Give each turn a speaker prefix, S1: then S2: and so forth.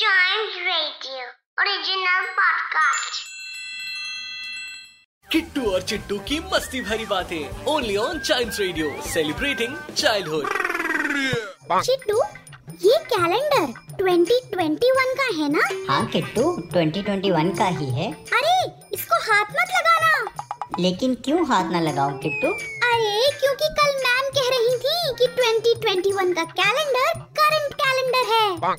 S1: Giant Radio, original podcast.
S2: Kittu और चिट्टू की मस्ती भरी बातें only on child radio celebrating childhood
S1: Chittu ये कैलेंडर 2021 का है ना
S3: हाँ किट्टू 2021 का ही है
S1: अरे इसको हाथ मत लगाना
S3: लेकिन क्यों हाथ ना लगाऊं किट्टू
S1: अरे क्योंकि कल मैम कह रही थी कि 2021 का कैलेंडर करंट कैलेंडर है